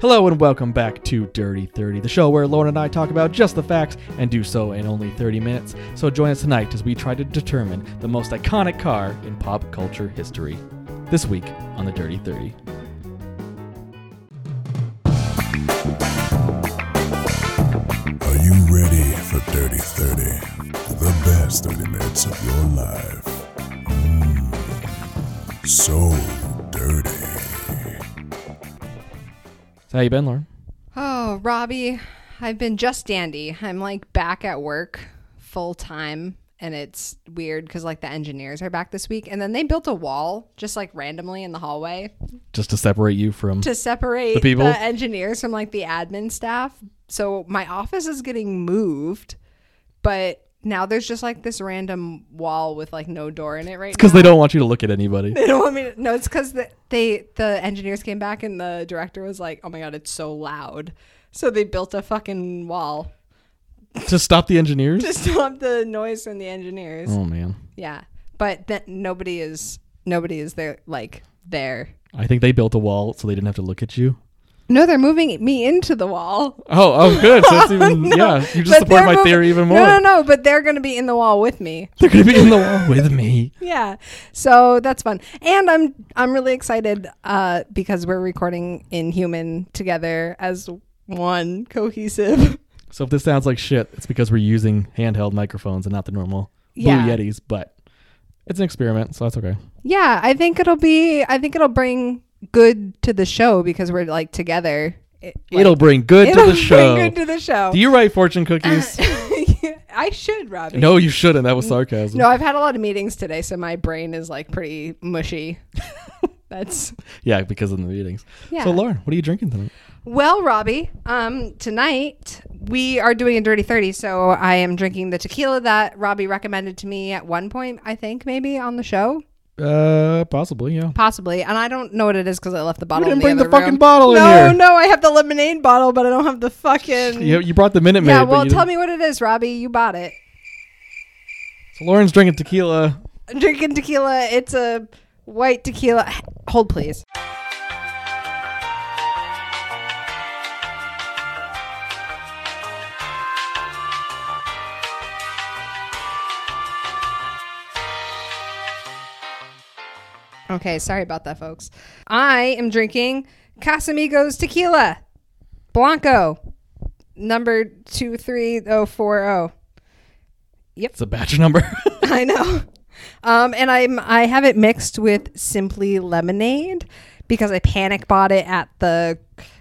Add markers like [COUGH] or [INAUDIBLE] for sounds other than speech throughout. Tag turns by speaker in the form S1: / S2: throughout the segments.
S1: Hello and welcome back to Dirty 30, the show where Lauren and I talk about just the facts and do so in only 30 minutes. So join us tonight as we try to determine the most iconic car in pop culture history. This week on the Dirty 30.
S2: Are you ready for Dirty 30? The best 30 minutes of your life. Mm, so dirty.
S1: So how you been, Lauren?
S3: Oh, Robbie, I've been just dandy. I'm like back at work full time. And it's weird because like the engineers are back this week. And then they built a wall just like randomly in the hallway
S1: Just to separate you from
S3: to separate
S1: The people?
S3: engineers from like the admin staff. So my office is getting moved, but now there's just like this random wall with like no door in it right
S1: because
S3: now.
S1: they don't want you to look at
S3: [LAUGHS]
S1: anybody.
S3: They don't want me to. No, it's because the, they the engineers came back and the director was like, "Oh my god, it's so loud." So they built a fucking wall
S1: to stop the engineers?
S3: [LAUGHS] to stop the noise from the engineers.
S1: Oh man.
S3: Yeah, but that nobody is nobody is there like there.
S1: I think they built a wall so they didn't have to look at you.
S3: No, they're moving me into the wall. [LAUGHS]
S1: Oh, oh good. So that's even yeah. You just
S3: But
S1: supported
S3: they're
S1: my
S3: moving-
S1: theory even more.
S3: No, no, no. But they're gonna be in the wall with me.
S1: [LAUGHS] They're gonna be in the wall with me.
S3: Yeah, so that's fun, and I'm I'm really excited uh, because we're recording in human together as one cohesive. [LAUGHS]
S1: So if this sounds like shit, it's because we're using handheld microphones and not the normal
S3: Yeah.
S1: Blue Yetis, but it's an experiment, so that's okay.
S3: Yeah, I think it'll be. I think it'll bring good to the show because we're like together. It, like,
S1: it'll bring good
S3: it'll
S1: to the
S3: bring
S1: show.
S3: good to the show.
S1: Do you write fortune cookies?
S3: [LAUGHS] I should, Robbie.
S1: no, you shouldn't. That was sarcasm.
S3: No, I've had a lot of meetings today, so my brain is like pretty mushy. [LAUGHS] That's
S1: Yeah, because of the meetings.
S3: Yeah.
S1: So Lauren, what are you drinking tonight?
S3: well, Robbie. Um, tonight we are doing a dirty thirty, so I am drinking the tequila that Robbie recommended to me at one point. I think maybe on the show.
S1: Uh, possibly. Yeah.
S3: Possibly, and I don't know what it is because I left the bottle.
S1: didn't
S3: in
S1: bring the
S3: other
S1: fucking
S3: room.
S1: bottle in
S3: no,
S1: here.
S3: No, I have the lemonade bottle, but I don't have the fucking.
S1: You, you brought the Minute Maid.
S3: yeah,
S1: but
S3: well,
S1: you
S3: tell
S1: didn't-
S3: me what it is, Robbie. You bought it.
S1: So Lauren's drinking tequila.
S3: I'm drinking tequila. It's a white tequila. Hold, please. Okay, sorry about that, folks. I am drinking Casamigos tequila, Blanco, number 23040.
S1: It's a batch number. [LAUGHS]
S3: [LAUGHS] I know. Um, and I'm I have it mixed with simply lemonade because I panic bought it at the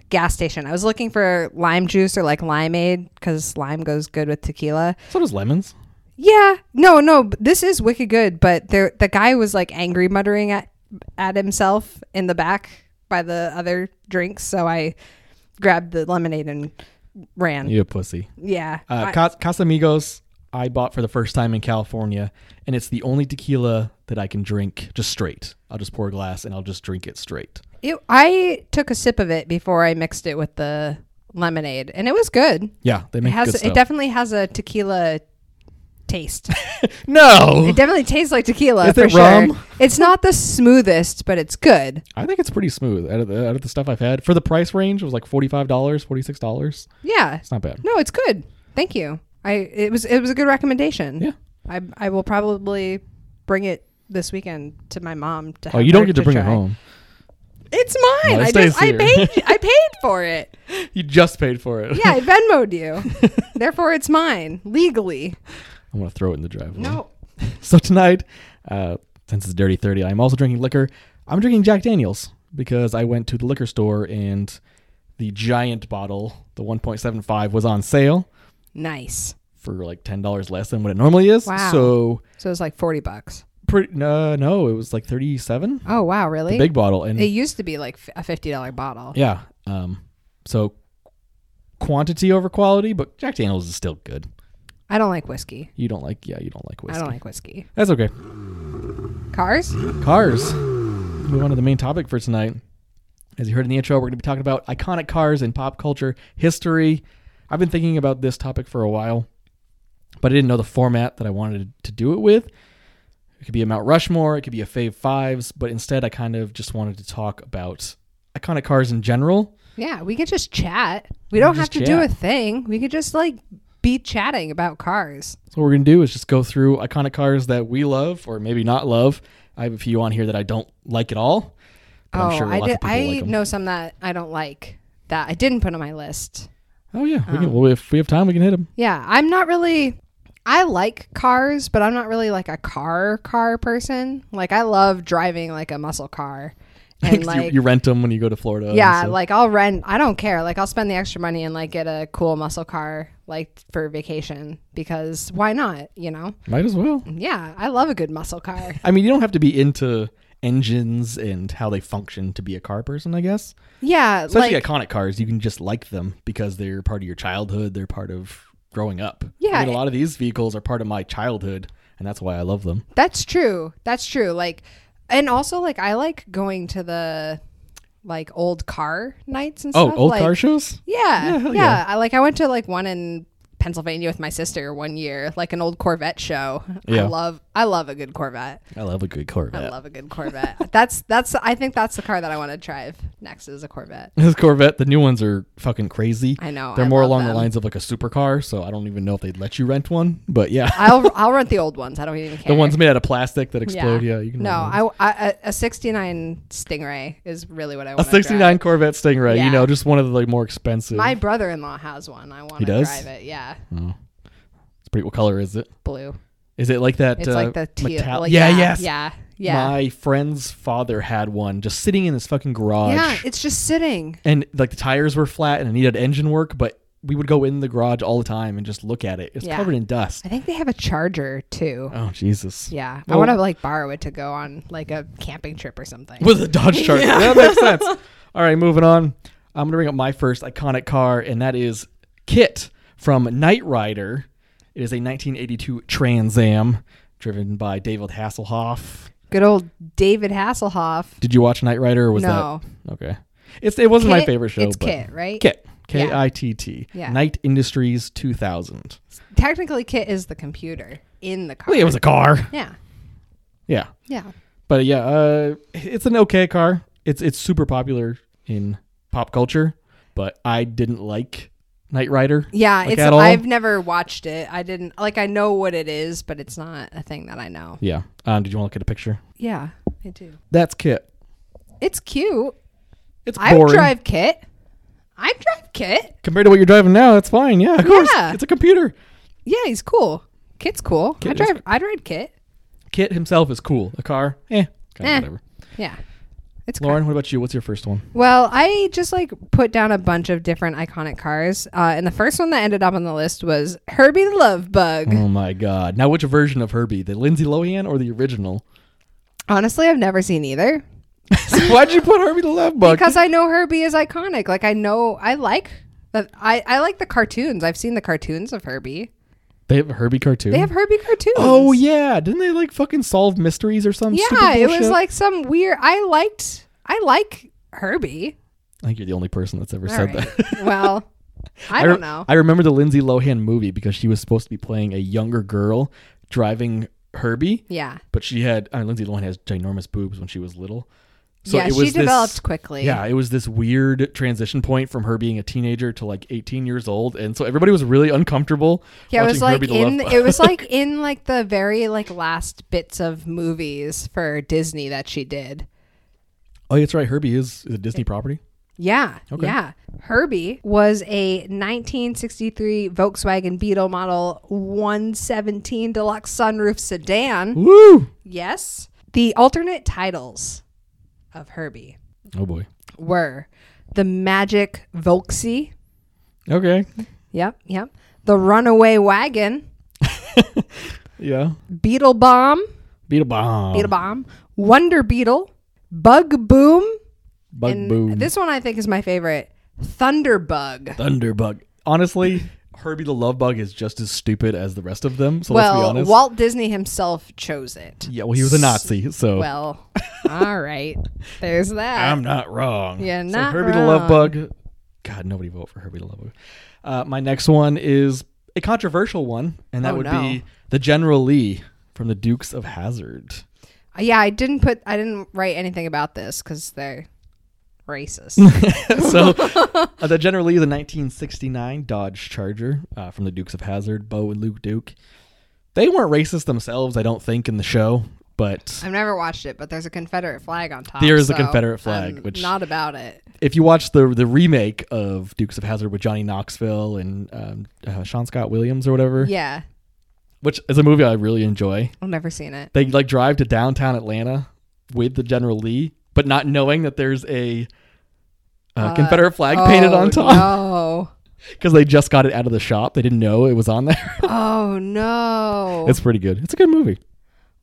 S3: gas station. I was looking for lime juice or like limeade because lime goes good with tequila.
S1: so does lemons.
S3: Yeah, no, no, b- this is wicked good. But there, the guy was like angry muttering at at himself in the back by the other drinks. So I grabbed the lemonade and ran. Yeah,
S1: You a pussy. Uh,
S3: I-
S1: Cas- Casamigos, I bought for the first time in California, and it's the only tequila that I can drink just straight. I'll just pour a glass and I'll just drink it straight.
S3: It, I took a sip of it before I mixed it with the lemonade, and it was good.
S1: Yeah, they
S3: It
S1: make
S3: has
S1: good
S3: it
S1: stuff.
S3: definitely has a tequila taste.
S1: no, [LAUGHS]
S3: it definitely tastes like tequila
S1: Is
S3: for
S1: it
S3: sure.
S1: rum?
S3: It's not the smoothest, but it's good.
S1: I think it's pretty smooth. Out of, the, out of the stuff I've had, for the price range, it was like forty five dollars, forty six dollars.
S3: Yeah.
S1: It's not bad.
S3: No, it's good. Thank you. I it was it was a good recommendation.
S1: Yeah.
S3: I I will probably bring it this weekend to my mom to.
S1: Oh,
S3: have
S1: you don't
S3: her
S1: get to bring it
S3: try.
S1: home.
S3: It's mine.
S1: No, it
S3: I
S1: stays
S3: just I
S1: here.
S3: paid I paid for it.
S1: [LAUGHS] You just paid for it.
S3: Yeah, I Venmoed you. Therefore, it's mine legally.
S1: [LAUGHS] I'm gonna throw it in the driveway. So tonight, uh, since it's Dirty Thirty, I'm also drinking liquor. I'm drinking Jack Daniels because I went to the liquor store and the giant bottle, the 1.75, was on sale
S3: Nice.
S1: for like ten dollars less than what it normally is.
S3: Wow.
S1: So
S3: So it's like forty bucks.
S1: pretty no, no, it was like thirty-seven.
S3: Oh wow, really?
S1: Big bottle and
S3: It used to be like f- a fifty dollar bottle.
S1: yeah. Um, so quantity over quality, but Jack Daniels is still good.
S3: I don't like whiskey.
S1: You don't like yeah, you don't like whiskey.
S3: I don't like whiskey.
S1: That's okay.
S3: Cars?
S1: Cars. Move on to the main topic for tonight. As you heard in the intro, we're going to be talking about iconic cars in pop culture history. I've been thinking about this topic for a while, but I didn't know the format that I wanted to do it with. It could be a Mount Rushmore, it could be a Fave Fives, but instead I kind of just wanted to talk about iconic cars in general.
S3: Yeah, we could just chat. We don't have
S1: just
S3: to do a
S1: chat.
S3: thing. We could just like be chatting about cars.
S1: So what we're gonna do is just go through iconic cars that we love or maybe not love. I have a few on here that I don't like at all. But I'm sure
S3: Oh, I
S1: lots
S3: did.
S1: of people
S3: I
S1: like 'em.
S3: know some that I don't like that I didn't put on my list.
S1: Oh yeah, we can, well if we have time, we can hit them.
S3: Yeah, I'm not really. I like cars, but I'm not really like a car car person. Like I love driving like a muscle car, [LAUGHS] and
S1: [LAUGHS] you,
S3: like
S1: you rent them when you go to Florida. and
S3: yeah,
S1: stuff.
S3: like I'll rent. I don't care. Like I'll spend the extra money and like get a cool muscle car like for vacation because why not? You know?
S1: might as well.
S3: Yeah, I love a good
S1: [LAUGHS]
S3: muscle car.
S1: I mean, you don't have to be into engines and how they function to be a car person, I guess.
S3: Yeah,
S1: Especially
S3: like
S1: iconic cars, you can just like them because they're part of your childhood. They're part of growing up.
S3: Yeah,
S1: I mean,
S3: it-
S1: a lot of these vehicles are part of my childhood, and that's why I love them.
S3: That's true. That's true. Like, and also like I like going to the like old car nights and
S1: Oh,
S3: stuff.
S1: old
S3: like,
S1: car shows.
S3: Yeah,
S1: Yeah,
S3: yeah.
S1: hell yeah.
S3: I like I went to like one in Pennsylvania with my sister one year, like an old Corvette show.
S1: Yeah.
S3: I love I love a good Corvette.
S1: I love a good
S3: I
S1: Corvette.
S3: love a good Corvette. that's that's I think that's the car that I want to drive next is a Corvette.
S1: This Corvette, the new ones are fucking crazy.
S3: I know,
S1: They're
S3: I
S1: more
S3: love
S1: along the
S3: them.
S1: lines of like a supercar, so I don't even know if they'd let you rent one. But yeah,
S3: I'll I'll rent the old ones. I don't even care.
S1: the ones made out of plastic that explode. Yeah, you can.
S3: No,
S1: rent one.
S3: I, I a- a '69 Stingray is really what I
S1: A
S3: want.
S1: '69 Corvette Stingray.
S3: Yeah.
S1: You know, just one of the like more expensive.
S3: My brother-in-law has one. I want
S1: He
S3: to
S1: does? Hmm.
S3: drive it. Yeah,
S1: It's pretty. What color is it?
S3: blue.
S1: Is it like that?
S3: It's
S1: uh,
S3: like the teal.
S1: metal-
S3: like
S1: yeah,
S3: that.
S1: yes.
S3: Yeah. Yeah.
S1: My friend's father had one just sitting in his fucking garage.
S3: yeah. It's just sitting.
S1: and like the tires were flat and it needed engine work, but we would go in the garage all the time and just look at it. It's
S3: Yeah.
S1: covered in dust.
S3: I think they have a charger too.
S1: Oh Jesus.
S3: Yeah. I
S1: Well-
S3: want to like borrow it to go on like a camping trip or something.
S1: With a Dodge Charger. yeah. That makes sense. All right, moving on. I'm gonna bring up my first iconic car, and that is Kit from Knight Rider. It is a 1982 Trans Am driven by David Hasselhoff.
S3: Good old David Hasselhoff.
S1: Did you watch Knight Rider or was
S3: no.
S1: that okay? It's it wasn't my
S3: Kit-
S1: favorite show,
S3: It's
S1: but
S3: Kit, right?
S1: Kit. K I T T.
S3: Yeah.
S1: Knight Industries 2000.
S3: Technically, Kit is the computer in the car.
S1: Well, it was a
S3: [LAUGHS]
S1: car.
S3: yeah.
S1: Yeah.
S3: Yeah.
S1: But yeah, uh, it's an okay car. It's it's super popular in pop culture, but I didn't like Knight Rider.
S3: Yeah,
S1: Like,
S3: it's.
S1: at all?
S3: I've never watched it. I didn't like. I know what it is, but it's not a thing that I know.
S1: Yeah. Um, did you want to look at a picture?
S3: Yeah, I do.
S1: That's Kit.
S3: It's cute.
S1: It's
S3: I would
S1: boring.
S3: drive Kit. I would drive Kit.
S1: Compared to what you're driving now, that's fine. Yeah, of course.
S3: Yeah.
S1: It's a computer.
S3: Yeah, he's cool. Kit's cool. I
S1: Kit is
S3: drive. I'd ride Kit.
S1: Kit himself is cool. A car, eh, kind
S3: Eh.
S1: of whatever.
S3: Yeah, it's cool.
S1: Lauren, what about you? What's your first one?
S3: Well, I just like put down a bunch of different iconic cars, uh, and the first one that ended up on the list was Herbie the Love Bug.
S1: Oh my God! Now, which version of Herbie? The Lindsay Lohan or the original?
S3: [LAUGHS] Honestly, I've never seen either
S1: Why'd you put Herbie the Love Bug?
S3: because I know Herbie is iconic. Like I know I like that. I I like the cartoons. I've seen the cartoons of Herbie.
S1: they have a Herbie cartoon.
S3: They have Herbie cartoons.
S1: Oh yeah, didn't they like fucking solve mysteries or some?
S3: yeah.
S1: stupid
S3: It was
S1: bullshit?
S3: like some weird. I liked. I like Herbie.
S1: I think you're the only person that's ever
S3: All
S1: said
S3: right.
S1: that. [LAUGHS]
S3: well, I
S1: re-
S3: don't know.
S1: I remember the Lindsay Lohan movie because she was supposed to be playing a younger girl driving Herbie,
S3: yeah.
S1: but she had I mean, Lindsay Lohan has ginormous boobs when she was little. So
S3: yeah,
S1: it
S3: she
S1: was
S3: developed
S1: this,
S3: quickly.
S1: Yeah, it was this weird transition point from her being a teenager to like 18 years old, and so everybody was really uncomfortable.
S3: Yeah, it
S1: watching
S3: was like
S1: Herbie the Love
S3: in
S1: Bug.
S3: it
S1: [LAUGHS]
S3: was like in like the very like last bits of movies for Disney that she did.
S1: oh, that's right. Herbie is, is a Disney property.
S3: Yeah.
S1: Okay.
S3: Yeah. Herbie was a 1963 Volkswagen Beetle model 117 deluxe sunroof sedan.
S1: Woo!
S3: Yes. The alternate titles of Herbie
S1: Oh boy.
S3: were The Magic Volksy.
S1: Okay.
S3: Yep, yep. The Runaway Wagon,
S1: Yeah.
S3: Beetle Bomb,
S1: Beat a bomb.
S3: Beetle Bomb, Wonder Beetle, Bug Boom,
S1: Bug
S3: And
S1: boom.
S3: This one I think is my favorite. Thunderbug.
S1: Thunderbug. Honestly, Herbie the Love Bug is just as stupid as the rest of them. So let's be
S3: well,
S1: honest.
S3: Walt Disney himself chose it.
S1: yeah, well, he was a Nazi, so
S3: Well, all right.
S1: [LAUGHS]
S3: There's that.
S1: Oh. I'm not wrong.
S3: You're
S1: so
S3: not
S1: Herbie the Love Bug. God, nobody vote for Herbie the Love Bug. Uh, my next one is a controversial one, and that
S3: Oh,
S1: would
S3: no.
S1: be the General Lee from the Dukes of Hazard. [LAUGHS]
S3: yeah, I didn't put I didn't write anything about this cuz they're racist.
S1: [LAUGHS] so uh, the General Lee is a 1969 Dodge Charger uh, from the Dukes of Hazard, Bo and Luke Duke. They weren't racist themselves, I don't think, in the show, but
S3: I've never watched it, but there's a Confederate flag on top.
S1: There is a
S3: so
S1: Confederate flag,
S3: I'm
S1: which-
S3: not about it.
S1: if you watch the the remake of Dukes of Hazard with Johnny Knoxville and um, uh, Sean Scott Williams or whatever,
S3: Yeah,
S1: which is a movie I really enjoy,
S3: I've never seen it.
S1: they like drive to downtown Atlanta with the General Lee, but not knowing that there's a uh, Confederate flag painted
S3: Oh,
S1: on top [LAUGHS]
S3: No.
S1: because they just got it out of the shop. They didn't know it was on there.
S3: Oh no.
S1: it's pretty good. It's a good movie.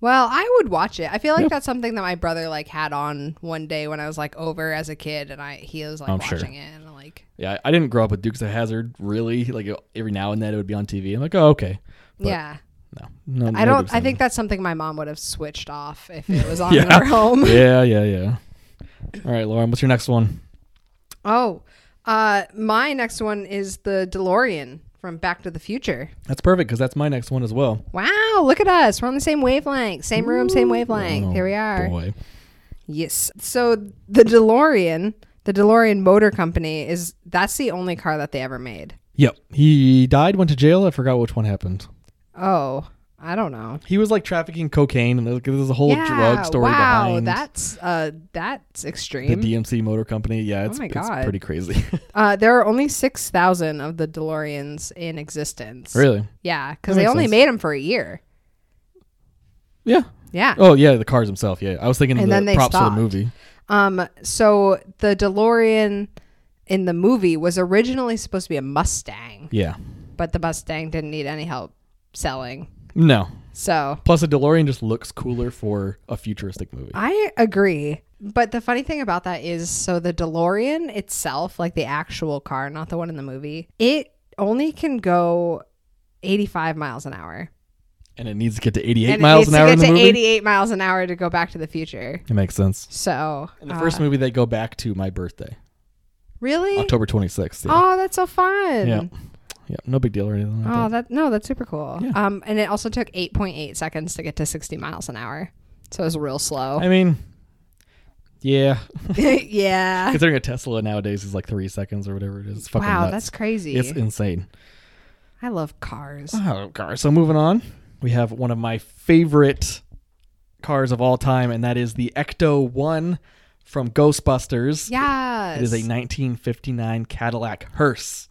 S3: well, I would watch it. I feel like that's something that my brother like had on one day when I was like over as a kid, and I he was like
S1: I'm sure.
S3: watching it, and I'm like,
S1: Yeah, I didn't grow up with Dukes of Hazard really. Like every now and then it would be on TV. I'm like, oh okay. But
S3: yeah.
S1: No, no. no Dukes
S3: I don't.
S1: of
S3: I
S1: Hazzard.
S3: think that's something my mom would have switched off if it was
S1: [LAUGHS]
S3: on
S1: Yeah.
S3: in her home.
S1: Yeah, yeah, yeah. All right, Lauren, what's your next one?
S3: Oh, uh, my next one is the DeLorean from Back to the Future.
S1: That's perfect because that's my next one as well.
S3: Wow, look at us. We're on the same wavelength. Same room, same wavelength. Here we are.
S1: Oh, Boy.
S3: Yes. So the DeLorean, the DeLorean Motor Company is that's the only car that they ever made.
S1: Yep. He died, went to jail. I forgot which one happened.
S3: Oh, I don't know.
S1: He was like trafficking cocaine, and there's, there's a whole
S3: yeah,
S1: drug story
S3: wow,
S1: behind
S3: that's uh that's
S1: the
S3: extreme.
S1: DMC Motor Company. Yeah, it's,
S3: Oh my
S1: it's
S3: God.
S1: pretty
S3: [LAUGHS]
S1: crazy. [LAUGHS]
S3: uh, there are only six thousand of the DeLoreans in existence.
S1: really?
S3: Yeah, because
S1: That
S3: they
S1: makes
S3: only
S1: sense.
S3: made them for a year.
S1: Yeah.
S3: Yeah.
S1: Oh, yeah, the cars himself. Yeah, I was thinking of
S3: And
S1: the
S3: then they
S1: props for
S3: stopped.
S1: the movie.
S3: Um, so the DeLorean in the movie was originally supposed to be a Mustang,
S1: Yeah.
S3: but the Mustang didn't need any help selling.
S1: No.
S3: So
S1: Plus, a DeLorean just looks cooler for a futuristic movie.
S3: I agree. But the funny thing about that is so the DeLorean itself, like the actual car, not the one in the movie, it only can go 85 miles an hour.
S1: and it needs to get to 88
S3: and
S1: miles
S3: it
S1: an
S3: needs
S1: hour
S3: to
S1: in
S3: get
S1: the
S3: to
S1: movie.
S3: 88 miles an hour to go back to the future.
S1: It makes sense.
S3: So,
S1: In the
S3: uh,
S1: first movie, they go back to my birthday,
S3: really?
S1: October 26th. Yeah.
S3: Oh, that's so fun.
S1: Yeah. Yeah, no big deal or anything like
S3: Oh,
S1: that.
S3: that no, that's super cool.
S1: Yeah.
S3: Um, and it also took 8.8 seconds to get to 60 miles an hour, so it was real slow. [LAUGHS]
S1: I mean, yeah.
S3: yeah.
S1: Considering a Tesla nowadays is like three seconds or whatever it is. It's fucking
S3: Wow,
S1: nuts.
S3: that's crazy.
S1: It's insane.
S3: I love cars.
S1: Oh, car. So moving on, we have one of my favorite cars of all time, and that is the Ecto 1 from Ghostbusters.
S3: Yes.
S1: It is a 1959 Cadillac hearse.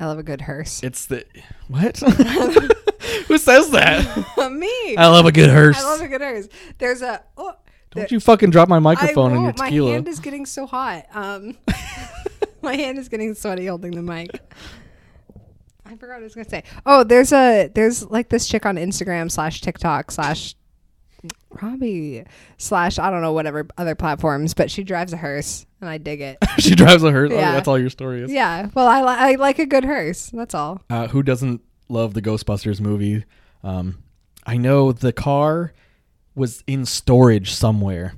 S3: I love a good hearse.
S1: It's the. What?
S3: [LAUGHS]
S1: [LAUGHS] Who says that?
S3: Me.
S1: I love a good hearse.
S3: I love a good hearse. There's a oh,
S1: Don't you fucking drop my
S3: I
S1: microphone and your
S3: won't. My
S1: tequila.
S3: hand is getting so hot. Um, [LAUGHS] my hand is getting sweaty holding the mic. I forgot what I was gonna say. Oh, there's a there's like this chick on Instagram slash TikTok slash probably slash I don't know whatever other platforms, but she drives a hearse and I
S1: [LAUGHS]
S3: dig it.
S1: [LAUGHS] she drives a hearse. Oh,
S3: Yeah.
S1: that's all your story is.
S3: yeah. Well, I li- I like a good hearse. That's all.
S1: uh, who doesn't love the Ghostbusters movie? Um, I know the car was in storage somewhere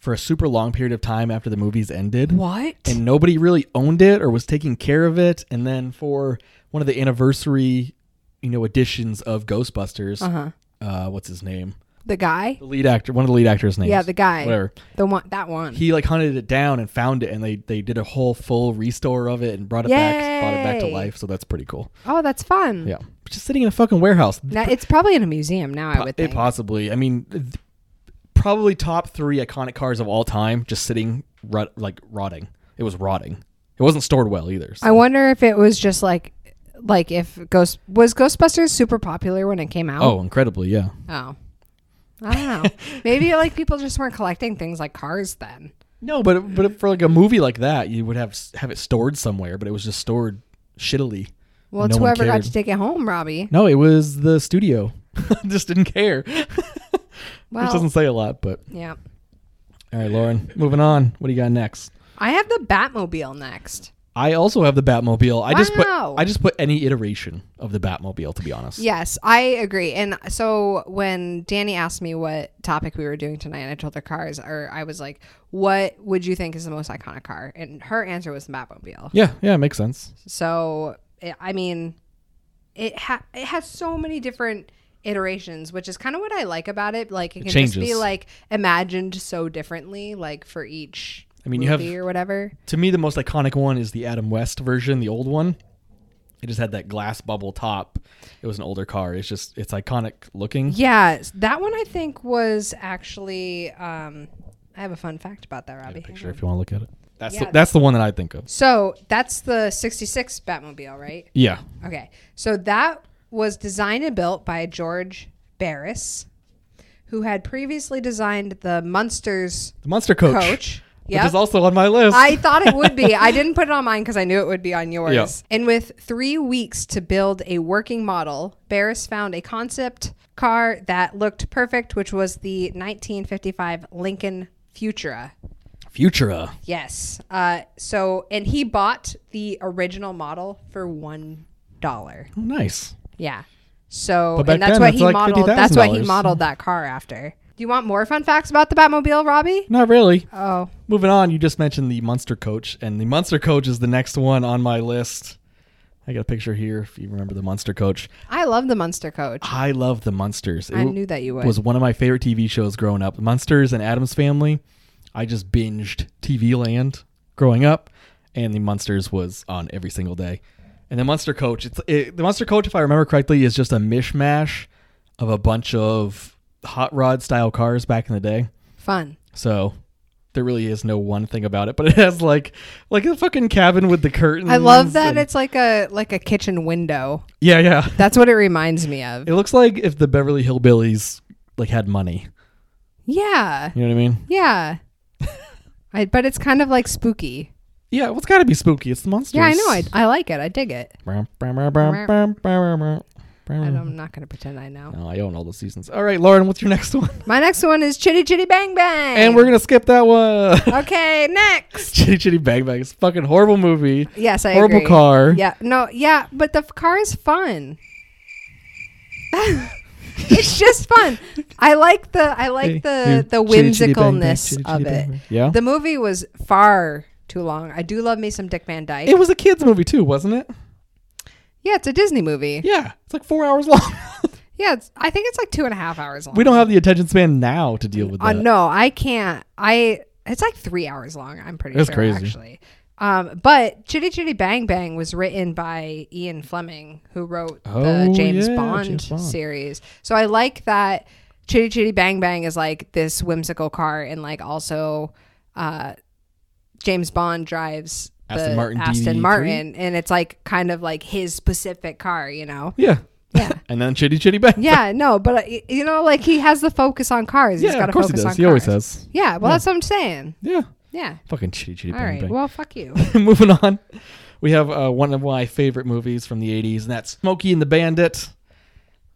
S1: for a super long period of time after the movies ended,
S3: What?
S1: and nobody really owned it or was taking care of it. And then for one of the anniversary, you know, editions of Ghostbusters,
S3: Uh-huh.
S1: uh what's his name?
S3: the guy?
S1: The lead actor, one of the lead actors' names.
S3: Yeah, the guy.
S1: Whatever.
S3: The one that one.
S1: He like hunted it down and found it, and they they did a whole full restore of it and brought it back, brought it back to
S3: Yay.
S1: life. So that's pretty cool.
S3: oh, that's fun.
S1: Yeah, It's Mm-hmm. just sitting in a fucking warehouse.
S3: Now, it's probably in a museum now. I would
S1: it
S3: think.
S1: possibly. I mean, th- probably top three iconic cars of all time, just sitting rot- like rotting. It was rotting. It wasn't stored well either. so-
S3: I wonder if it was just like, like if Ghost was Ghostbusters super popular when it came out.
S1: oh, incredibly, yeah.
S3: Oh. I don't
S1: [LAUGHS]
S3: know. Maybe like people just weren't collecting things like cars then.
S1: No, but it- but it- for like a movie like that, you would have s- have it stored somewhere, but it was just stored shittily.
S3: Well, it's
S1: No one
S3: whoever got
S1: cared.
S3: to take it home, Robbie.
S1: No, it was the studio. [LAUGHS] just didn't care. [LAUGHS] Which
S3: Well,
S1: doesn't say a lot, but
S3: yeah.
S1: all right, Lauren. Moving on. What do you got next?
S3: I have the Batmobile next.
S1: I also have the Batmobile. I just put
S3: Wow.
S1: I just put any iteration of the Batmobile to be honest.
S3: Yes, I agree. And so when Danny asked me what topic we were doing tonight, and I told her cars, or I was like, "What would you think is the most iconic car?" And her answer was the Batmobile.
S1: Yeah, yeah, it makes sense.
S3: So i I mean, it ha- it has so many different iterations, which is kind of what I like about it. Like it can just be
S1: changes.
S3: like imagined so differently, like for each
S1: I mean, you have
S3: movie or whatever.
S1: to me the most iconic one is the Adam West version, the old one. It just had that glass bubble top. It was an older car. It's just it's iconic looking.
S3: Yeah, s- that one I think was actually. Um, I have a fun fact about that, Robbie. Hang
S1: Picture
S3: on.
S1: if you want to look at it. That's
S3: Yeah,
S1: the, that's the one that I think of.
S3: So that's the '66 Batmobile, right?
S1: Yeah.
S3: Okay, so that was designed and built by George Barris, who had previously designed the Munsters
S1: The Monster Coach.
S3: coach.
S1: Which
S3: Yep.
S1: is also on my list.
S3: I thought it would be. I didn't put it on mine because I knew it would be on yours.
S1: Yeah.
S3: And with three weeks to build a working model, Barris found a concept car that looked perfect, which was the 1955 Lincoln Futura.
S1: Futura.
S3: Yes. Uh, so, and he bought the original model for one dollar.
S1: Oh, nice.
S3: Yeah. So,
S1: But back
S3: and that's
S1: then,
S3: what
S1: that's
S3: he
S1: like
S3: modeled. That's what he
S1: $50,000.
S3: modeled that car after. Do you want more fun facts about the Batmobile, Robbie?
S1: Not really.
S3: Oh,
S1: Moving on, you just mentioned the Munster coach, and the Munster coach is the next one on my list. I got a picture here if you remember the Munster coach.
S3: I love the Munster coach.
S1: I love the Munsters. It
S3: I
S1: w-
S3: knew that you would.
S1: was one of my favorite TV shows growing up. Munsters and Adam's Family. I just binged TV Land growing up, and the Munsters was on every single day. And the Munster Coach, it's it, the Munster Coach, if I remember correctly, is just a mishmash of a bunch of hot rod style cars back in the day.
S3: Fun.
S1: So there really is no one thing about it, but it has like like a fucking cabin with the curtains.
S3: I love that
S1: and-
S3: it's like a like a kitchen window.
S1: yeah, yeah.
S3: That's what it reminds me of.
S1: It looks like if the Beverly Hillbillies like had money.
S3: Yeah.
S1: You know what I mean? [LAUGHS]
S3: Yeah. I, but it's kind of like spooky.
S1: Yeah, well, it's got to be spooky. It's the monsters.
S3: Yeah, I know. I, I like it. I dig it. I don't,
S1: I
S3: I'm not going to pretend I know.
S1: no, Oh, I own all the seasons. All right, Lauren, what's your next one?
S3: My next one is Chitty Chitty Bang Bang.
S1: And we're gonna skip that one.
S3: Okay, next.
S1: [LAUGHS] Chitty Chitty Bang Bang. It's a fucking horrible movie.
S3: Yes, I
S1: horrible
S3: agree.
S1: car.
S3: Yeah. No, yeah, but the f- car is fun. [LAUGHS] it's just fun. I like the I
S1: Hey,
S3: like
S1: hey,
S3: the the
S1: chitty, chitty, bang, bang,
S3: whimsicalness
S1: chitty,
S3: of
S1: chitty,
S3: it.
S1: bang, bang. Yeah.
S3: The movie was far too long. I do love me some Dick Van Dyke.
S1: It was a kids movie too, wasn't it?
S3: yeah, it's a Disney movie.
S1: Yeah, it's like four hours [LAUGHS] long.
S3: Yeah, it's, I think it's like two and a half hours long.
S1: we don't have the attention span now to deal with
S3: Uh,
S1: that.
S3: no, I can't. I it's like three hours long. I'm pretty
S1: That's
S3: sure
S1: crazy.
S3: actually. Um, but Chitty Chitty Bang Bang was written by Ian Fleming, who wrote the
S1: Oh,
S3: James,
S1: yeah,
S3: Bond
S1: James Bond.
S3: series. So I like that Chitty Chitty Bang Bang is like this whimsical car, and like also uh, James Bond drives
S1: Aston
S3: the
S1: Martin
S3: Aston
S1: DB3?
S3: Martin, and it's like kind of like his specific car, you know?
S1: Yeah.
S3: Yeah.
S1: and then Chitty Chitty Bang.
S3: [LAUGHS] Yeah, no, but uh, y- you know, like he has the focus on cars. He's
S1: Yeah,
S3: got
S1: of
S3: to
S1: course he
S3: focus
S1: does.
S3: on
S1: He always
S3: cars.
S1: has.
S3: Yeah, well, that's what I'm saying.
S1: Yeah.
S3: Yeah.
S1: Fucking Chitty Chitty
S3: All
S1: Bang
S3: right.
S1: Bang.
S3: Well,
S1: [LAUGHS]
S3: fuck you.
S1: Moving on, we have uh, one of my favorite movies from the 80s, and that's Smokey and the Bandit,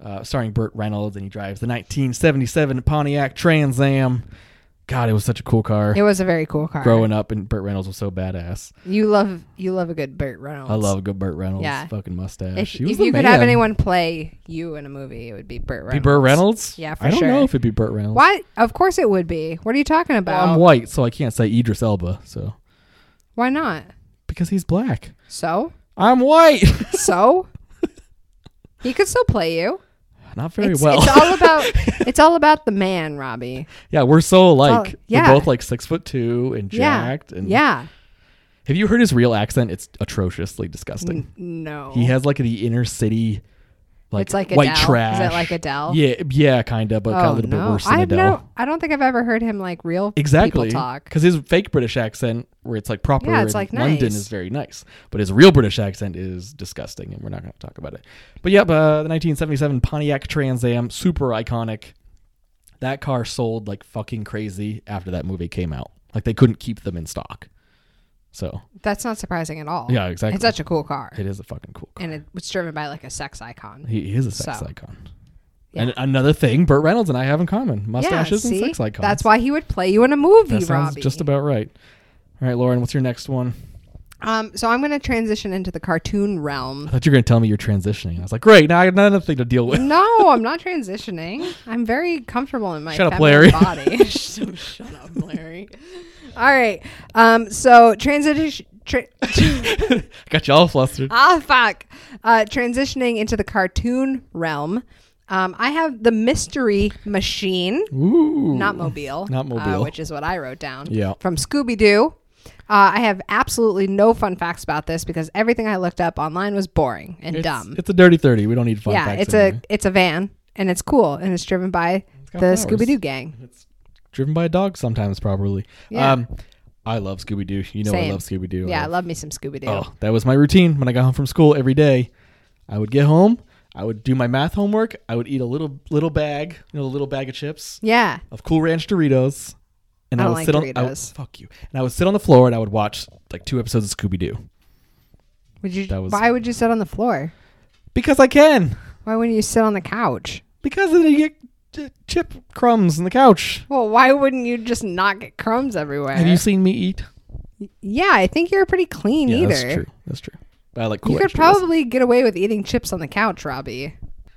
S1: uh, starring Burt Reynolds, and he drives the 1977 Pontiac Trans Am. God, it was such a cool car.
S3: It was a very cool car.
S1: Growing up, and Burt Reynolds was so badass.
S3: You love you love a good Burt Reynolds.
S1: I love a good Burt Reynolds
S3: Yeah.
S1: fucking mustache.
S3: If,
S1: He was
S3: if
S1: the
S3: you could have
S1: man.
S3: anyone play you in a movie, it would be Burt
S1: be
S3: Reynolds.
S1: Burt Reynolds?
S3: Yeah, for
S1: I don't
S3: sure.
S1: know if it'd be Burt Reynolds.
S3: Why? Of course it would be. What are you talking about?
S1: I'm white, so I can't say Idris Elba. So
S3: Why not?
S1: because he's black,
S3: So
S1: I'm white. [LAUGHS]
S3: so he could still play you.
S1: Not very
S3: it's,
S1: well.
S3: it's
S1: [LAUGHS]
S3: all about it's all about the man, Robbie.
S1: yeah, we're so alike.
S3: yeah.
S1: We're both like six foot two and jacked.
S3: yeah.
S1: And
S3: yeah.
S1: Have you heard his real accent? It's atrociously
S3: Mm.
S1: disgusting.
S3: No.
S1: He has like the inner city, like,
S3: It's like
S1: white
S3: Adele. Is it
S1: trash.
S3: like Adele?
S1: Yeah, yeah, kind of, but kind of a little bit worse than
S3: I've
S1: Adele.
S3: Oh, no, I don't think I've ever heard him like real
S1: exactly,
S3: people talk.
S1: because his fake British accent, where it's like proper,
S3: Yeah, it's,
S1: and
S3: like,
S1: London,
S3: nice.
S1: is very nice, but his real British accent is disgusting, and we're not going to talk about it. But yep, uh, the 1977 Pontiac Trans Am, super iconic. That car sold like fucking crazy after that movie came out. Like they couldn't keep them in stock. So
S3: That's not surprising at all.
S1: Yeah, exactly.
S3: It's such a cool car,
S1: it is a fucking cool car.
S3: and it was driven by like a sex icon.
S1: He is a sex
S3: So,
S1: icon.
S3: yeah.
S1: And another thing Burt Reynolds and I have in common mustaches
S3: yeah,
S1: and
S3: see?
S1: sex icons.
S3: That's why he would play you in a movie,
S1: that sounds
S3: Robbie.
S1: just about right. All right, Lauren, what's your next one?
S3: um, so I'm going to transition into the cartoon
S1: I
S3: realm. [LAUGHS]
S1: thought you were going to tell me you're transitioning. I was like, great, now I got another thing to deal with. [LAUGHS]
S3: no, I'm not transitioning. I'm very comfortable in my
S1: Shut up,
S3: feminine
S1: Larry. [LAUGHS]
S3: body. [LAUGHS] shut, shut up, Larry. All right. Um, so transition. Tra- [LAUGHS] Uh,
S1: got you all flustered.
S3: Ah, fuck. Uh, transitioning into the cartoon realm, Um, I have the mystery machine,
S1: Ooh. [LAUGHS]
S3: not mobile,
S1: Not
S3: uh,
S1: Mobile.
S3: which is what I wrote down.
S1: Yeah.
S3: from Scooby Doo. Uh, I have absolutely no fun facts about this because everything I looked up online was boring and
S1: it's,
S3: dumb.
S1: It's a dirty thirty. We don't need fun
S3: yeah,
S1: facts.
S3: it's
S1: anyway.
S3: a it's a van and it's cool and it's driven by
S1: got
S3: the
S1: flowers.
S3: Scooby Doo gang.
S1: It's driven by a dog sometimes, probably.
S3: Yeah.
S1: Um, I love Scooby Doo. You know I
S3: Same.
S1: love Scooby Doo.
S3: Yeah, I love me some Scooby Doo.
S1: Oh, that was my routine when I got home from school every day. I would get home. I would do my math homework. I would eat a little little bag, you know, a little bag of chips
S3: Yeah,
S1: of Cool Ranch Doritos, and I,
S3: I don't
S1: would
S3: like
S1: sit on. I would,
S3: Doritos.
S1: fuck you. And I would sit on the floor and I would watch like two episodes of Scooby Doo
S3: would you?
S1: That was-
S3: why would you sit on the floor?
S1: because I can.
S3: Why wouldn't you sit on the couch?
S1: Because then you get ch- chip crumbs on the couch.
S3: Well, why wouldn't you just not get crumbs everywhere?
S1: Have you seen me eat?
S3: yeah, I think you're pretty clean
S1: Yeah,
S3: either.
S1: that's true. That's true. I like Cool
S3: You
S1: Ranch Doritos.
S3: could probably get away with eating chips on the couch, Robbie.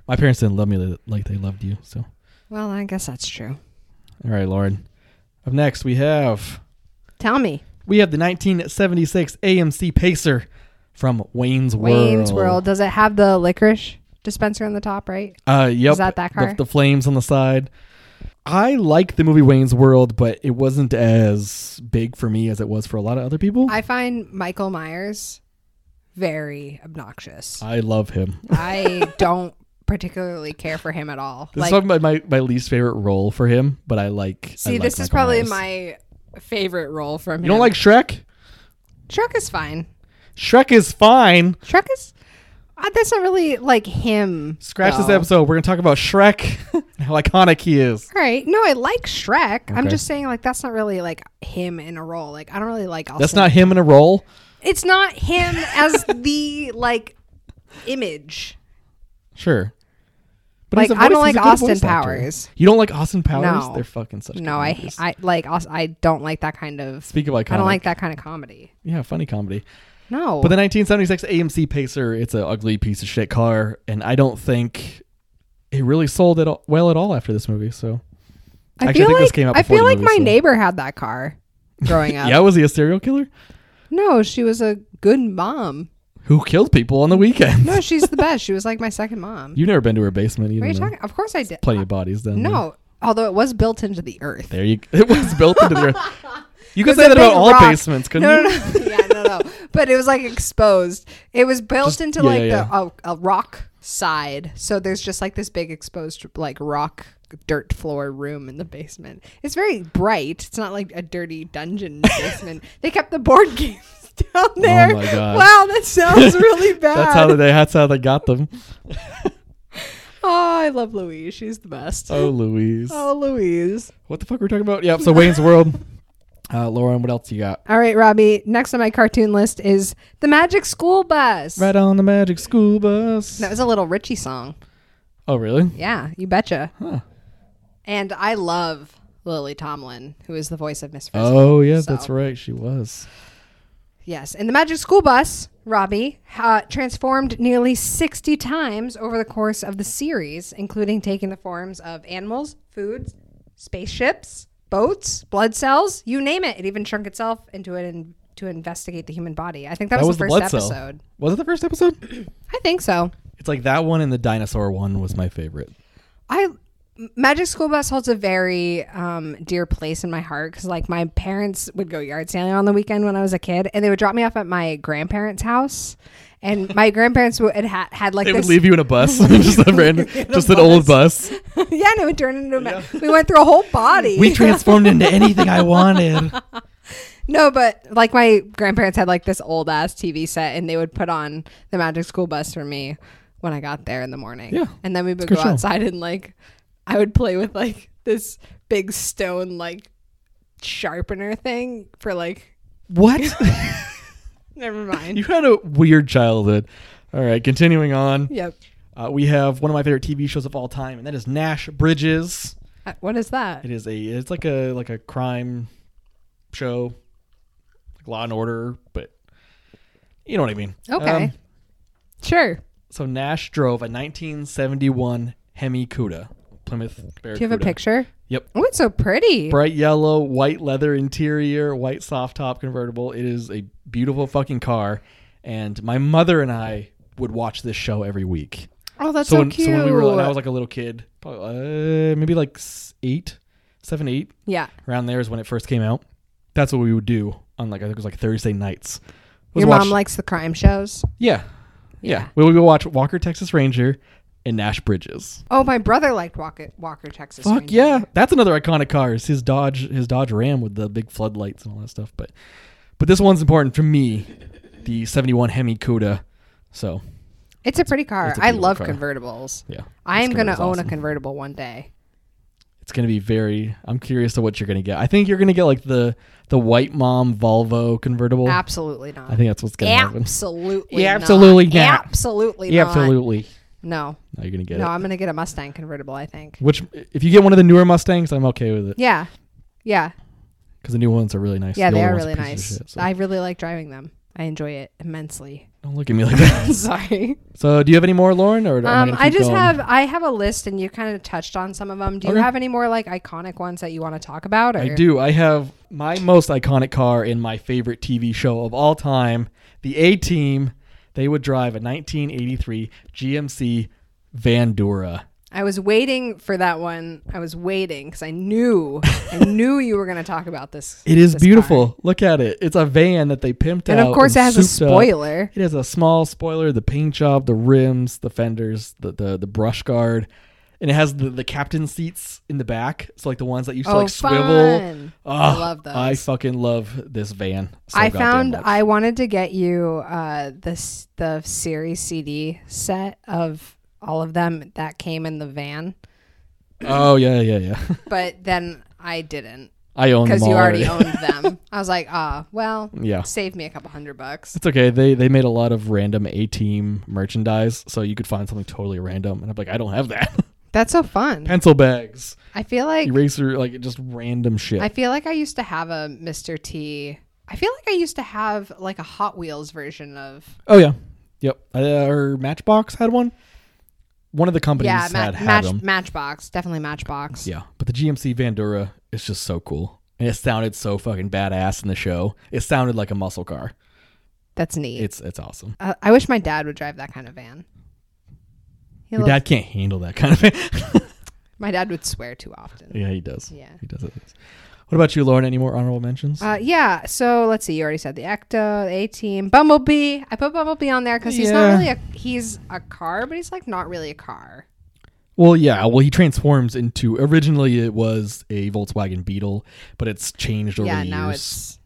S1: My parents didn't love me li- like they loved you. So,
S3: Well, I guess that's true.
S1: all right, Lauren. Up next, we have
S3: Tell me,
S1: we have the 1976 AMC Pacer from Wayne's World.
S3: Wayne's World does it have the licorice dispenser on the top right?
S1: Uh, yep.
S3: that that
S1: The-
S3: car?
S1: The, flames on the side. I like the movie Wayne's World, but it wasn't as big for me as it was for a lot of other people. I,
S3: I find Michael Myers very obnoxious.
S1: love him. [LAUGHS]
S3: I don't particularly care for him at all.
S1: This
S3: like,
S1: is probably my, my, my least favorite role for him, but I like. I
S3: see,
S1: like
S3: this is
S1: Michael
S3: probably
S1: Myers.
S3: my favorite role from him.
S1: You don't like Shrek?
S3: Shrek is fine.
S1: Shrek is fine.
S3: Shrek is. Uh, that's not really like him.
S1: Scratch this
S3: though.
S1: episode. We're gonna talk about Shrek, and how iconic he
S3: [LAUGHS]
S1: is.
S3: All right. No, I like Shrek. I'm
S1: Okay.
S3: just saying, like, that's not really like him in a role. Like, I don't really like.
S1: That's
S3: Austin-
S1: not him in a role.
S3: It's not him as the like image.
S1: Sure. But
S3: Like,
S1: he's a
S3: I don't
S1: voice- he's
S3: like
S1: a good
S3: Austin
S1: voice actor.
S3: Powers.
S1: You don't like Austin Powers?
S3: No.
S1: They're fucking such.
S3: No,
S1: good
S3: I,
S1: actors.
S3: I like. Also, I don't like that kind of.
S1: Speak of iconic.
S3: I don't like that kind of comedy.
S1: Yeah, funny comedy.
S3: No.
S1: But the 1976 AMC Pacer, it's an ugly piece of shit car, and I don't think it really sold it all, well at all after this movie. So
S3: I
S1: actually, I
S3: feel
S1: think
S3: like
S1: this came out
S3: I
S1: before
S3: feel
S1: the
S3: like
S1: movie,
S3: my
S1: so-
S3: neighbor had that car
S1: [LAUGHS]
S3: growing up.
S1: yeah, was he a serial killer
S3: No, she was a good mom.
S1: who killed people on the
S3: [LAUGHS]
S1: weekend?
S3: No, she's the best. She was like my
S1: [LAUGHS]
S3: second mom.
S1: You've never been to her basement. You
S3: what are you
S1: don't know.
S3: talking? Of course I did.
S1: Plenty of bodies down there.
S3: No, although it was built into the earth.
S1: There you. [LAUGHS] It was built into
S3: [LAUGHS]
S1: the earth. You could
S3: It was
S1: say
S3: a
S1: that about
S3: big
S1: all
S3: rock.
S1: basements, couldn't
S3: No,
S1: you?
S3: no, no. [LAUGHS] yeah, no, no. But it was like exposed. It was built
S1: Just-
S3: into
S1: yeah,
S3: like
S1: yeah,
S3: the a, a rock side. So there's just like this big exposed like rock dirt floor room in the basement. It's very bright. It's not like a
S1: [LAUGHS]
S3: dirty dungeon basement. They kept the board games [LAUGHS] down there.
S1: Oh my God.
S3: Wow,
S1: [LAUGHS]
S3: that sounds really bad.
S1: That's
S3: [LAUGHS]
S1: how they. That's how they got them.
S3: oh, I love Louise. She's the best.
S1: Oh, Louise.
S3: Oh, Louise.
S1: What the fuck are we talking about? Yeah, so Wayne's World. [LAUGHS] Uh, Lauren, what else you got?
S3: All right, Robbie. Next on my cartoon list is The Magic School Bus.
S1: Right on the magic school bus.
S3: That was a little Richie song.
S1: Oh, really?
S3: Yeah, you betcha.
S1: Huh.
S3: And I love Lily Tomlin, who is the voice of Miss Frizzle.
S1: Oh, yeah,
S3: So-
S1: that's right. She was.
S3: Yes, and the Magic School Bus, Robbie, uh, transformed nearly 60 times over the course of the series, including taking the forms of animals, foods, spaceships, boats, blood cells, you name it. It even shrunk itself into it in, to investigate the human body. I think
S1: That
S3: that,
S1: was
S3: was,
S1: the
S3: the
S1: blood
S3: first
S1: cell.
S3: episode.
S1: Was it the first episode?
S3: I think so.
S1: [LAUGHS] It's like that one and the dinosaur one was my favorite.
S3: I M- Magic School Bus holds a very um, dear place in my heart because, like, my parents would go yard sailing on the weekend when I was a kid, and they would drop me off at my grandparents' house. And my grandparents would had, had like
S1: They would
S3: this,
S1: leave you in a bus, [LAUGHS] just a random, just an old bus.
S3: [LAUGHS] yeah, and it would turn into. A, ma- We went through a whole body.
S1: We transformed into anything I
S3: [LAUGHS]
S1: wanted.
S3: no, but like my grandparents had like this old ass TV set, and they would put on the Magic School Bus for me when I got there in the morning.
S1: Yeah.
S3: and then we would
S1: a
S3: go
S1: good show.
S3: outside and like I would play with like this big stone like sharpener thing for like [LAUGHS]
S1: What? [LAUGHS]
S3: Never mind.
S1: you had a weird childhood. All right, continuing on.
S3: yep.
S1: Uh, we have one of my favorite TV shows of all time, and that is Nash Bridges.
S3: Uh, What is that?
S1: It is a it's like a like a crime show, like Law and Order, but you know what I mean.
S3: Okay.
S1: Um,
S3: sure.
S1: so Nash drove a 1971 Hemi Cuda, Plymouth Barracuda.
S3: Do you have a picture?
S1: Yep.
S3: Oh, it's so pretty.
S1: Bright yellow, white leather interior, white soft top convertible. It is a beautiful fucking car, and my mother and I would watch this show every week.
S3: Oh, that's
S1: so,
S3: so,
S1: when,
S3: cute.
S1: so when we were, when I was like a little kid, probably, uh, maybe like s- eight, seven, eight,
S3: yeah.
S1: around there is when it first came out. That's what we would do on like I think it was like Thursday nights. Was
S3: Your
S1: watch-
S3: mom likes the crime shows.
S1: yeah, yeah.
S3: Yeah.
S1: We would go watch Walker Texas Ranger and Nash Bridges.
S3: Oh, my brother liked Walker, Walker Texas.
S1: Fuck
S3: Ranger.
S1: yeah, that's another iconic car. Is his Dodge, his Dodge Ram with the big floodlights and all that stuff. But but this one's important for me, the '71 Hemi Cuda. So
S3: It's a pretty car.
S1: It's a
S3: I
S1: beautiful
S3: love
S1: car.
S3: convertibles.
S1: yeah,
S3: I
S1: this
S3: am going to
S1: convertible's
S3: own a
S1: awesome.
S3: convertible one day.
S1: It's gonna be very. I'm curious to what you're gonna get. I think you're gonna get like the the white mom Volvo convertible.
S3: Absolutely not.
S1: I think that's what's gonna happen.
S3: Absolutely.
S1: Yeah,
S3: not.
S1: absolutely not.
S3: Absolutely
S1: Yeah,
S3: not.
S1: absolutely.
S3: No.
S1: No, you're gonna get
S3: No,
S1: it.
S3: I'm going to get a Mustang convertible, I think.
S1: Which, if you get one of the newer Mustangs, I'm okay with it
S3: Yeah. Yeah.
S1: because the new ones are really nice.
S3: Yeah,
S1: The
S3: they
S1: older
S3: are
S1: ones
S3: really
S1: pieces of
S3: nice.
S1: shit, so-
S3: I really like driving them. I enjoy it
S1: [LAUGHS]
S3: immensely. [LAUGHS]
S1: Don't look at me like that.
S3: Sorry.
S1: so, do you have any more, Lauren? Or am
S3: Um,
S1: gonna
S3: I
S1: keep
S3: just
S1: going?
S3: have I have a list, and you kind of touched on some of them. Do you
S1: Okay.
S3: have any more like iconic ones that you want to talk about? Or?
S1: I do. I have my most iconic car in my favorite TV show of all time, the A Team. They would drive a 1983 GMC Vandura.
S3: I was waiting for that one. I was waiting because I knew
S1: [LAUGHS]
S3: I knew you were going to talk about this.
S1: It is
S3: this
S1: beautiful. Uh, Look at it. It's a van that they pimped
S3: car.
S1: out.
S3: and of course it has a
S1: souped up.
S3: spoiler.
S1: It has a small spoiler, the paint job, the rims, the fenders, the the, the brush guard, and it has the, the captain seats in the back. So like the ones that used to
S3: Oh,
S1: like swivel.
S3: fun.
S1: Ah,
S3: I love those.
S1: I fucking love this van. So
S3: I
S1: goddamn
S3: found
S1: much.
S3: I wanted to get you uh, this the series CD set of all of them that came in the van,
S1: Oh yeah, yeah, yeah. [LAUGHS]
S3: but then I didn't
S1: I own them
S3: because you
S1: all
S3: already owned them. I was like, ah, well,
S1: Yeah.
S3: save me a couple hundred
S1: [LAUGHS]
S3: bucks.
S1: It's okay. They they made a lot of random A team merchandise, so you could find something totally random, and I'm like, I don't have that. [LAUGHS]
S3: That's so fun.
S1: Pencil bags,
S3: I feel like
S1: eraser, like just random shit.
S3: I feel like I used to have a Mr. T. I feel like I used to have like a Hot Wheels version of
S1: oh yeah, yep. Uh, or Matchbox had one. One of the companies
S3: yeah, ma-
S1: had had
S3: match,
S1: them.
S3: Matchbox, definitely Matchbox.
S1: Yeah, but the GMC Vandura is just so cool, and it sounded so fucking badass in the show. It sounded like a muscle car.
S3: That's neat.
S1: It's it's awesome.
S3: Uh, I wish my dad would drive that kind of van. He
S1: Your
S3: loves-
S1: dad can't handle that kind of thing. [LAUGHS]
S3: my dad would swear too often.
S1: yeah, he does.
S3: Yeah.
S1: He does it. What about you, Lauren? Any more honorable mentions?
S3: Uh, yeah. So let's see. You already said the Ecto, the A Team, Bumblebee. I put Bumblebee on there because he's not
S1: Yeah.
S3: really a he's a car, but he's like not really a car.
S1: Well, yeah. Well, he transforms into. Originally, it was a Volkswagen Beetle, but it's changed over
S3: yeah.
S1: the years.
S3: Now it's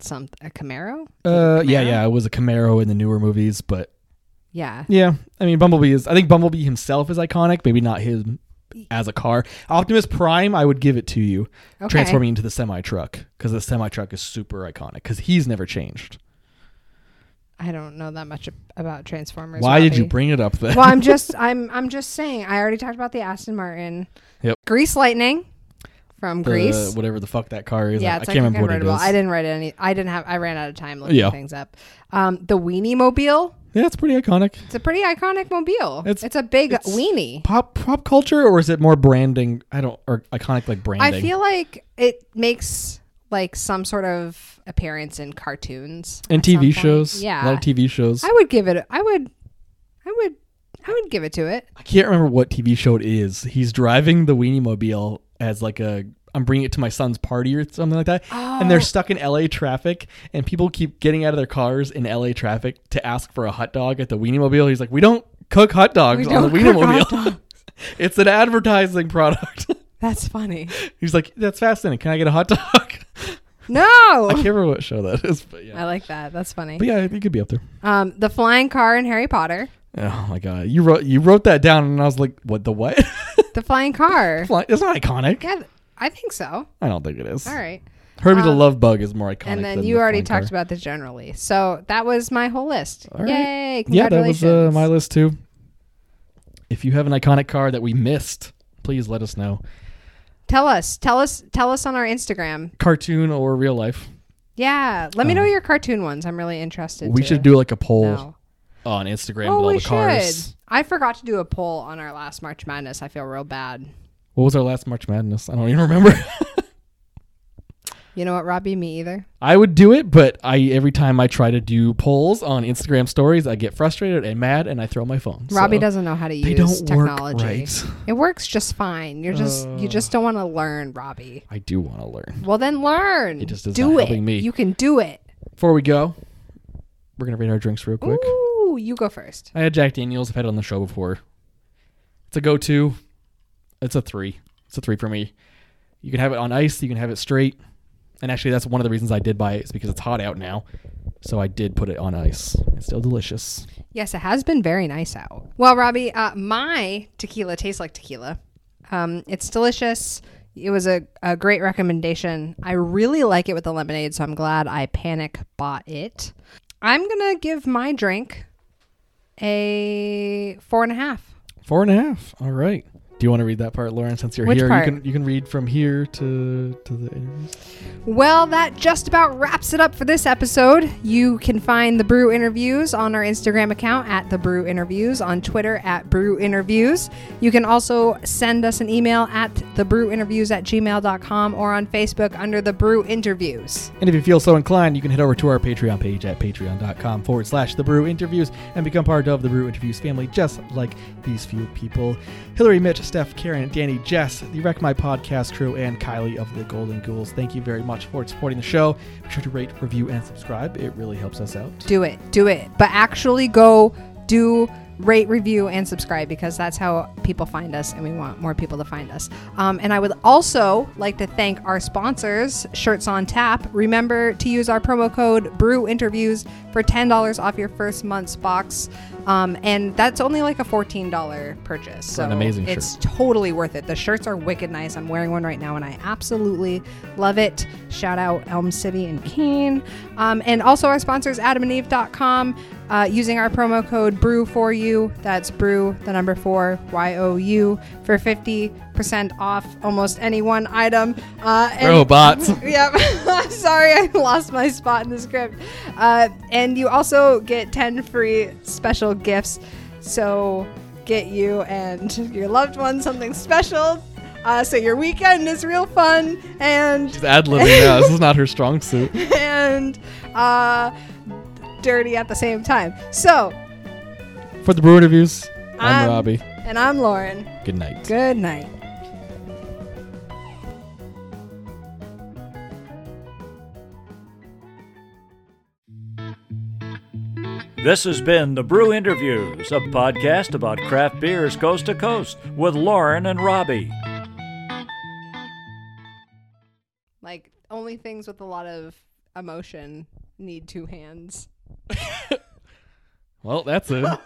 S3: some a Camaro.
S1: uh, yeah,
S3: Camaro?
S1: yeah. It was a Camaro in the newer movies, but
S3: Yeah.
S1: yeah. I mean, Bumblebee is. I think Bumblebee himself is iconic. Maybe not him as a car. Optimus Prime, I would give it to you,
S3: Okay.
S1: transforming into the semi truck because the semi truck is super iconic because he's never changed.
S3: I don't know that much ab- about Transformers.
S1: Why did you
S3: Robbie.
S1: bring it up then?
S3: well, I'm just I'm I'm just saying. I already talked about the Aston Martin.
S1: Yep.
S3: Grease Lightning
S1: [LAUGHS]
S3: from
S1: The-
S3: Greece.
S1: whatever the fuck that car is.
S3: Yeah,
S1: I, I
S3: it's
S1: can't remember
S3: like
S1: what it
S3: unwritable.
S1: is.
S3: I didn't write any. I didn't have. I ran out of time looking
S1: Yeah.
S3: things up. Um, the weenie mobile.
S1: yeah, it's pretty iconic.
S3: It's a pretty iconic mobile.
S1: It's-
S3: It's, a big
S1: it's
S3: weenie.
S1: Pop pop culture, or is it more branding? I don't. Or iconic like branding.
S3: I feel like it makes like some sort of appearance in cartoons
S1: and
S3: at some
S1: TV
S3: point.
S1: shows. a lot
S3: Yeah,
S1: of TV shows. I,
S3: I would give it. I would. I would. I would give it to it.
S1: can't remember what TV show it is. He's driving the Weenie Mobile as like a. I'm bringing it to my son's party or something like that. And
S3: Oh.
S1: they're stuck in LA traffic, and people keep getting out of their cars in LA traffic to ask for a hot dog at the Weenie Mobile. He's like, "We don't cook hot dogs on the
S3: don't cook
S1: Weenie
S3: hot
S1: Mobile. [LAUGHS] it's an advertising product." [LAUGHS]
S3: That's funny.
S1: He's like, "That's fascinating. Can I get a hot dog?" [LAUGHS]
S3: No,
S1: I can't
S3: I,
S1: remember what show that is, but yeah,
S3: like that. That's funny.
S1: but yeah, it could be up there.
S3: Um, the flying car in
S1: [LAUGHS]
S3: Harry Potter.
S1: Oh my god, you wrote you wrote that down, and I was like, "What the what?" [LAUGHS]
S3: The flying car.
S1: Fly- it's not iconic.
S3: yeah, I think so.
S1: I don't think it is.
S3: All right.
S1: Herbie the
S3: Um,
S1: Love Bug is more iconic.
S3: and then
S1: than
S3: you
S1: the
S3: already
S1: flying car.
S3: talked about this generally. So that was my whole list.
S1: All right.
S3: Yay!
S1: Yeah, that was
S3: Congratulations.
S1: uh, my list too. If you have an iconic car that we missed, please let us know.
S3: Tell us, tell us, tell us on our Instagram.
S1: Cartoon or real life.
S3: Yeah, let me
S1: Oh.
S3: know your cartoon ones. I'm really interested.
S1: we
S3: to
S1: should do like a poll
S3: know.
S1: on Instagram
S3: Oh,
S1: with all
S3: we
S1: the cars.
S3: should. I forgot to do a poll on our last March Madness. I feel real bad.
S1: What was our last March Madness? I don't even remember.
S3: You know what, Robbie? Me either.
S1: [LAUGHS] I would do it, but I every time I try to do polls on Instagram stories, I get frustrated and mad, and I throw my phone.
S3: Robbie
S1: So,
S3: doesn't know how to
S1: They
S3: use
S1: don't
S3: technology.
S1: work right.
S3: It works just fine. You're just you just don't want to learn, Robbie.
S1: I do want to learn.
S3: Well, then learn.
S1: It just is
S3: do
S1: not
S3: it.
S1: helping me.
S3: You can do it.
S1: Before we go, we're gonna rate our drinks real quick.
S3: Ooh, you go first.
S1: I had Jack Daniels. I've had it on the show before. It's a go-to. It's a three. It's a three for me. You can have it on ice. You can have it straight. And actually, that's one of the reasons I did buy it is because it's hot out now. So I did put it on ice. It's still delicious.
S3: Yes, it has been very nice out. Well, Robbie, uh, my tequila tastes like tequila. Um, it's delicious. It was a, a great recommendation. I really like it with the lemonade, so I'm glad I panic bought it. I'm going to give my drink a four and a half.
S1: Four and a half. All right. Do you want to read that part, Lauren? Since you're
S3: Which
S1: here,
S3: part?
S1: you can you can read from here to to the interviews.
S3: Well, that just about wraps it up for this episode. You can find the Brew Interviews on our Instagram account at the Brew Interviews, on Twitter at Brew Interviews. You can also send us an email at the Brew Interviews at gmail.com or on Facebook under the Brew Interviews.
S1: And if you feel so inclined, you can head over to our Patreon page at patreon.com forward slash the brew interviews and become part of the brew interviews family, just like these few people Hillary, Mitch, Steph, Karen, Danny, Jess, the Wreck My Podcast crew, and Kylie of the Golden Ghouls. Thank you very much for supporting the show. Be sure to rate, review, and subscribe. It really helps us out.
S3: Do it, do it. But actually go do rate, review, and subscribe because that's how people find us and we want more people to find us. Um, and I would also like to thank our sponsors, Shirts on Tap. Remember to use our promo code Brew Interviews for $10 off your first month's box. Um, and that's only like a $14 purchase. So
S1: an amazing
S3: it's
S1: shirt.
S3: totally worth it. The shirts are wicked nice. I'm wearing one right now and I absolutely love it. Shout out Elm City and Keene. Um, and also our sponsors, adamandeve.com. Uh, using our promo code brew for you that's brew the number four y-o-u for 50% off almost any one item uh, and-
S1: Robots.
S3: yep [LAUGHS] i'm sorry i lost my spot in the script uh, and you also get 10 free special gifts so get you and your loved one something special uh, so your weekend is real fun and [LAUGHS]
S1: ad libbing now. This is not her strong suit.
S3: and uh, dirty at the same time so
S1: For the brew interviews, I'm,
S3: I'm-
S1: Robbie.
S3: and i'm lauren
S1: Good night.
S3: good night
S4: This has been The Brew Interviews, a podcast about craft beers coast to coast with Lauren and Robbie.
S3: like only things with a lot of emotion need two hands
S1: Well, that's it.